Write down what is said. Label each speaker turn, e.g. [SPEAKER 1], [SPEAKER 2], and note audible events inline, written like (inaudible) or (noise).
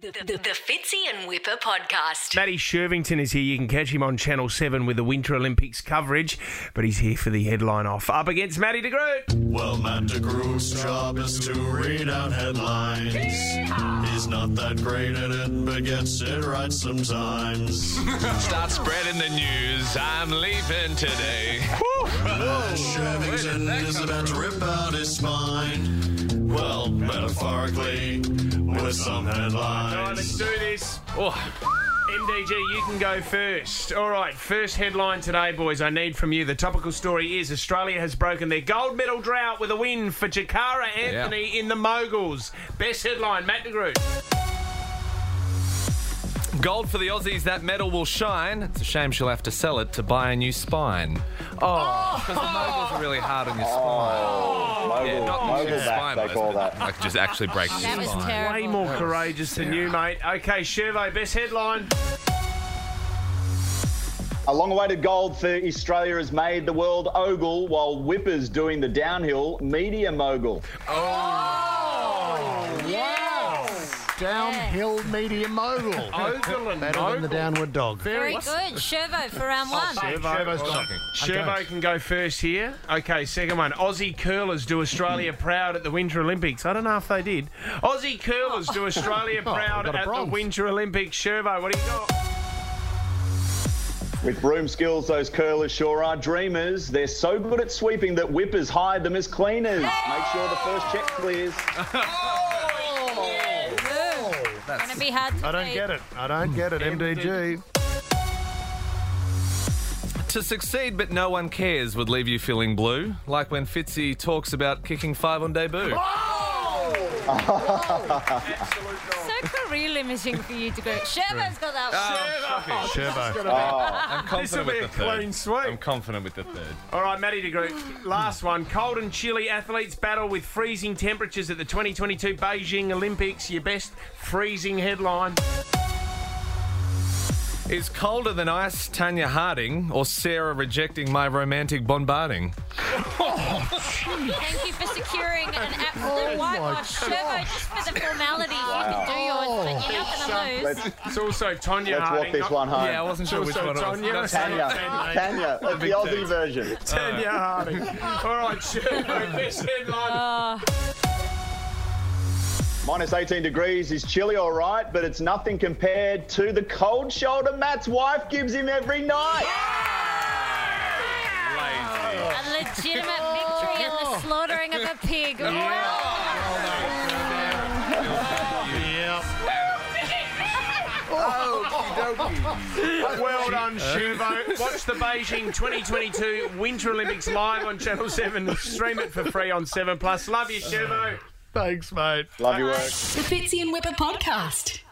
[SPEAKER 1] The, the, the Fitzy and Whipper podcast.
[SPEAKER 2] Matty Shervington is here. You can catch him on Channel 7 with the Winter Olympics coverage, but he's here for the headline off. Up against Matty de Groot.
[SPEAKER 3] Well, Matt DeGroot's job is to read out headlines. He's not that great at it, but gets it right sometimes.
[SPEAKER 4] Start spreading the news. I'm leaving today.
[SPEAKER 3] Matt Shervington is about to rip out his spine. Well, metaphorically, with some
[SPEAKER 2] All right, let's
[SPEAKER 3] headlines.
[SPEAKER 2] do this.
[SPEAKER 4] Oh,
[SPEAKER 2] MDG, you can go first. All right, first headline today, boys. I need from you. The topical story is Australia has broken their gold medal drought with a win for Jakara Anthony in the Moguls. Best headline, Matt de Groot.
[SPEAKER 4] gold for the Aussies. That medal will shine. It's a shame she'll have to sell it to buy a new spine. Oh, because the moguls are really hard on your
[SPEAKER 2] Oh.
[SPEAKER 4] spine. yeah, not your spine,
[SPEAKER 5] they
[SPEAKER 4] but
[SPEAKER 5] call
[SPEAKER 4] it's- (laughs)
[SPEAKER 5] that.
[SPEAKER 4] Like just actually breaking
[SPEAKER 6] That
[SPEAKER 4] your
[SPEAKER 6] was
[SPEAKER 4] spine.
[SPEAKER 6] terrible.
[SPEAKER 2] Way more courageous than you, mate. Okay, Shervo, best headline.
[SPEAKER 5] A long-awaited gold for Australia has made the world ogle while Whippers doing the downhill media mogul.
[SPEAKER 7] Downhill media mogul.
[SPEAKER 2] Ogle and
[SPEAKER 7] Better than the
[SPEAKER 2] Mogul.
[SPEAKER 7] downward dog.
[SPEAKER 6] Very good. Shervo for round
[SPEAKER 7] Oh,
[SPEAKER 6] one.
[SPEAKER 7] Servo's gone.
[SPEAKER 2] Shervo can go first here. Okay, second one. Aussie curlers do
[SPEAKER 7] Hmm.
[SPEAKER 2] Australia proud at the Winter Olympics. I don't know if they did. Aussie curlers
[SPEAKER 7] (laughs)
[SPEAKER 2] do Australia
[SPEAKER 7] Oh,
[SPEAKER 2] proud
[SPEAKER 7] we got a
[SPEAKER 2] at the
[SPEAKER 7] bronze.
[SPEAKER 2] Winter Olympics. Shervo, what do you got?
[SPEAKER 5] With broom skills, those curlers sure are dreamers. They're so good at sweeping that Whippers hide them as cleaners. Make sure the first check clears.
[SPEAKER 6] Gonna be hard to
[SPEAKER 7] I don't
[SPEAKER 6] beat.
[SPEAKER 7] get it. I don't get it.
[SPEAKER 2] Mm.
[SPEAKER 7] MDG.
[SPEAKER 4] To succeed, but no one cares, would leave you feeling blue. Like when Fitzy talks about kicking five on debut.
[SPEAKER 6] So career limiting for you to go. Shervo's got that one.
[SPEAKER 7] Oh. Servo.
[SPEAKER 4] Oh, I'm
[SPEAKER 2] This will be a
[SPEAKER 4] confident with the
[SPEAKER 2] clean
[SPEAKER 4] third. I'm
[SPEAKER 2] sweep.
[SPEAKER 4] confident with the third.
[SPEAKER 2] All right, Matty de Groot. Last one. Cold and chilly athletes battle with freezing temperatures at the 2022 Beijing Olympics. Your best freezing headline.
[SPEAKER 4] Is colder than ice Tanya Harding or Sarah rejecting my romantic bombarding?
[SPEAKER 6] Thank you for securing an absolute
[SPEAKER 7] Oh my
[SPEAKER 6] whitewash. Shervo, just for the formality, you can do yours, but you're not gonna lose.
[SPEAKER 5] Let's,
[SPEAKER 2] It's also Tonya
[SPEAKER 5] let's walk
[SPEAKER 2] Harding.
[SPEAKER 5] this
[SPEAKER 2] not-
[SPEAKER 5] one home.
[SPEAKER 4] Yeah, I wasn't sure
[SPEAKER 2] Also
[SPEAKER 4] which one it was.
[SPEAKER 2] Tonya.
[SPEAKER 4] That's-
[SPEAKER 5] Tanya,
[SPEAKER 2] Tanya.
[SPEAKER 5] Tanya, that's the
[SPEAKER 4] Big
[SPEAKER 5] Aussie
[SPEAKER 4] tits.
[SPEAKER 5] version.
[SPEAKER 2] Tanya
[SPEAKER 5] (laughs)
[SPEAKER 2] Harding. All right, Shervo, best headline.
[SPEAKER 5] Minus 18 degrees is chilly, all right, but it's nothing compared to the cold shoulder Matt's wife gives him every night.
[SPEAKER 6] A legitimate victory in
[SPEAKER 7] Oh,
[SPEAKER 6] the slaughtering of a pig. Wow.
[SPEAKER 2] (laughs) Oh. (laughs) Well done, Shuvo. Watch the Beijing 2022 Winter Olympics live on Channel 7. Stream it for free on 7 Plus. Love you, Shuvo.
[SPEAKER 7] (laughs) Thanks, mate.
[SPEAKER 5] Love your work.
[SPEAKER 1] The Fitzy and Whipper podcast.